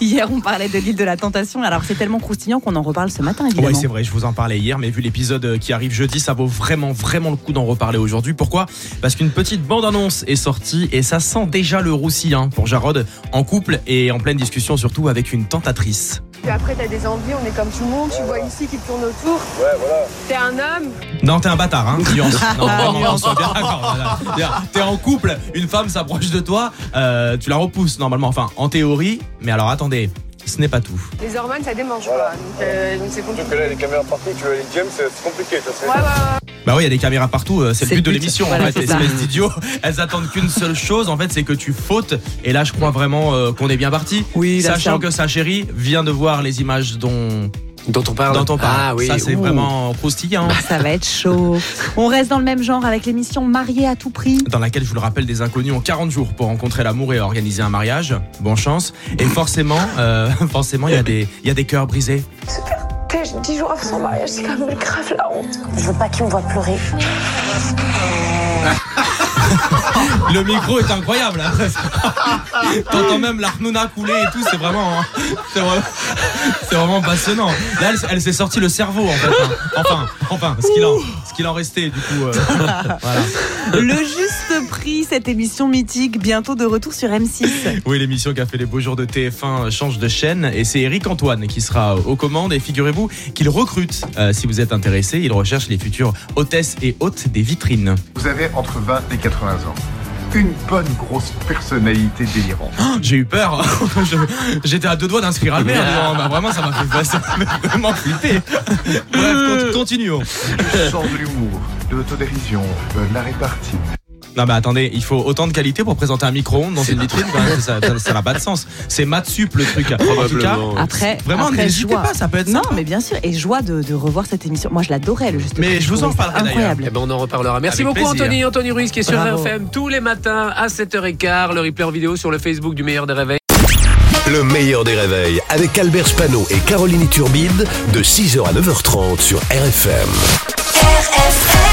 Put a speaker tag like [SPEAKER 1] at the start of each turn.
[SPEAKER 1] hier, on parlait de l'île de la tentation. Alors c'est tellement croustillant qu'on en reparle ce matin, évidemment.
[SPEAKER 2] Ouais, c'est vrai, je vous en parlais hier, mais vu l'épisode qui arrive jeudi, ça vaut vraiment, vraiment le coup d'en reparler aujourd'hui. Pourquoi Parce qu'une petite bande-annonce est sortie et ça sent déjà le roussi hein, pour Jarod, en couple et en pleine discussion surtout avec une tentatrice.
[SPEAKER 3] Puis après, t'as des envies, on est comme tout le monde, tu vois ici qui tourne autour. Ouais, voilà. T'es un homme,
[SPEAKER 2] Non, t'es un bâtard, hein, nuance. Non, vraiment, on soit bien d'accord, voilà. C'est-à-dire, T'es en couple, une femme s'approche de toi, euh, tu la repousses normalement, enfin, en théorie, mais alors attendez, ce n'est pas tout.
[SPEAKER 3] les hormones ça démange
[SPEAKER 4] Voilà.
[SPEAKER 3] quoi. Donc, euh, donc c'est compliqué.
[SPEAKER 4] Sauf que là, les caméras parties, tu vois, les games, c'est c'est compliqué, ça c'est.
[SPEAKER 3] Ouais, ouais, ouais.
[SPEAKER 2] Bah oui, il y a des caméras partout, euh, c'est le but de l'émission
[SPEAKER 1] Voilà,
[SPEAKER 2] en fait,
[SPEAKER 1] c'est ça.
[SPEAKER 2] espèce d'idiot. Elles attendent qu'une seule chose en fait, c'est que tu fautes et là je crois vraiment euh, qu'on est bien parti.
[SPEAKER 1] Oui, là,
[SPEAKER 2] sachant
[SPEAKER 1] c'est un-
[SPEAKER 2] que sa chérie vient de voir les images dont
[SPEAKER 5] Dont on parle.
[SPEAKER 2] dont on parle.
[SPEAKER 5] Ah oui.
[SPEAKER 2] Ça c'est
[SPEAKER 5] Ouh.
[SPEAKER 2] vraiment croustillant. hein.
[SPEAKER 1] Ça va être chaud. On reste dans le même genre avec l'émission Mariée à tout prix.
[SPEAKER 2] Dans laquelle, je vous le rappelle, des inconnus ont 40 jours pour rencontrer l'amour et organiser un mariage. Bonne chance. Et forcément, euh, forcément, il y a des, il y a des cœurs brisés.
[SPEAKER 6] Dix 10 jours avant son mariage, c'est quand même grave la honte.
[SPEAKER 7] Je veux pas qu'il me voit pleurer.
[SPEAKER 2] Le micro est incroyable. hein. T'entends même l'Arnouna couler et tout, c'est vraiment, hein, c'est vraiment, c'est vraiment passionnant. Là, elle, elle s'est sortie le cerveau en fait. hein. Enfin, enfin, ce qu'il en, ce qu'il en restait du coup. euh, voilà.
[SPEAKER 1] Le juste prix, cette émission mythique, bientôt de retour sur M6.
[SPEAKER 2] Oui, l'émission qui a fait les beaux jours de TF1 euh, change de chaîne et c'est Eric Antoine qui sera aux commandes et figurez-vous qu'il recrute. Euh, si vous êtes intéressé, il recherche les futures hôtesses et hôtes des vitrines.
[SPEAKER 8] Vous avez entre 20 et 80 ans. Une bonne grosse personnalité délirante.
[SPEAKER 2] J'ai eu peur. Je- J'étais à deux doigts d'inscrire Albert. Non, bah, vraiment, ça m'a fait, ça m'a fait vraiment flipper. Bref, cont- continuons.
[SPEAKER 8] Le sens de l'humour, de l'autodérision, euh, de la répartie.
[SPEAKER 2] Non, mais attendez, il faut autant de qualité pour présenter un micro-ondes dans une vitrine. quand même, ça- ça- ça n'a pas de sens. C'est maths sup le truc. En tout cas,
[SPEAKER 5] Probablement.
[SPEAKER 1] Après,
[SPEAKER 2] vraiment,
[SPEAKER 1] après,
[SPEAKER 2] n'hésitez
[SPEAKER 1] joie.
[SPEAKER 2] pas, ça peut être
[SPEAKER 1] Non,
[SPEAKER 2] sympa.
[SPEAKER 1] mais bien sûr. Et joie de, de revoir cette émission. Moi, je l'adorais, le juste
[SPEAKER 2] Mais
[SPEAKER 1] prix.
[SPEAKER 2] je vous en
[SPEAKER 1] trouvais ça
[SPEAKER 2] parlerai d'ailleurs.
[SPEAKER 1] Incroyable.
[SPEAKER 5] Eh ben, on en reparlera. Merci
[SPEAKER 2] Avec
[SPEAKER 5] beaucoup
[SPEAKER 2] plaisir.
[SPEAKER 5] Anthony. Anthony Ruiz qui est sur
[SPEAKER 1] Bravo.
[SPEAKER 5] RFM tous les matins à 7h15. Le replay en vidéo sur le Facebook du meilleur des réveils.
[SPEAKER 9] Le meilleur des réveils avec Albert Spano et Caroline Turbide de 6h à 9h30 sur RFM.
[SPEAKER 10] RFM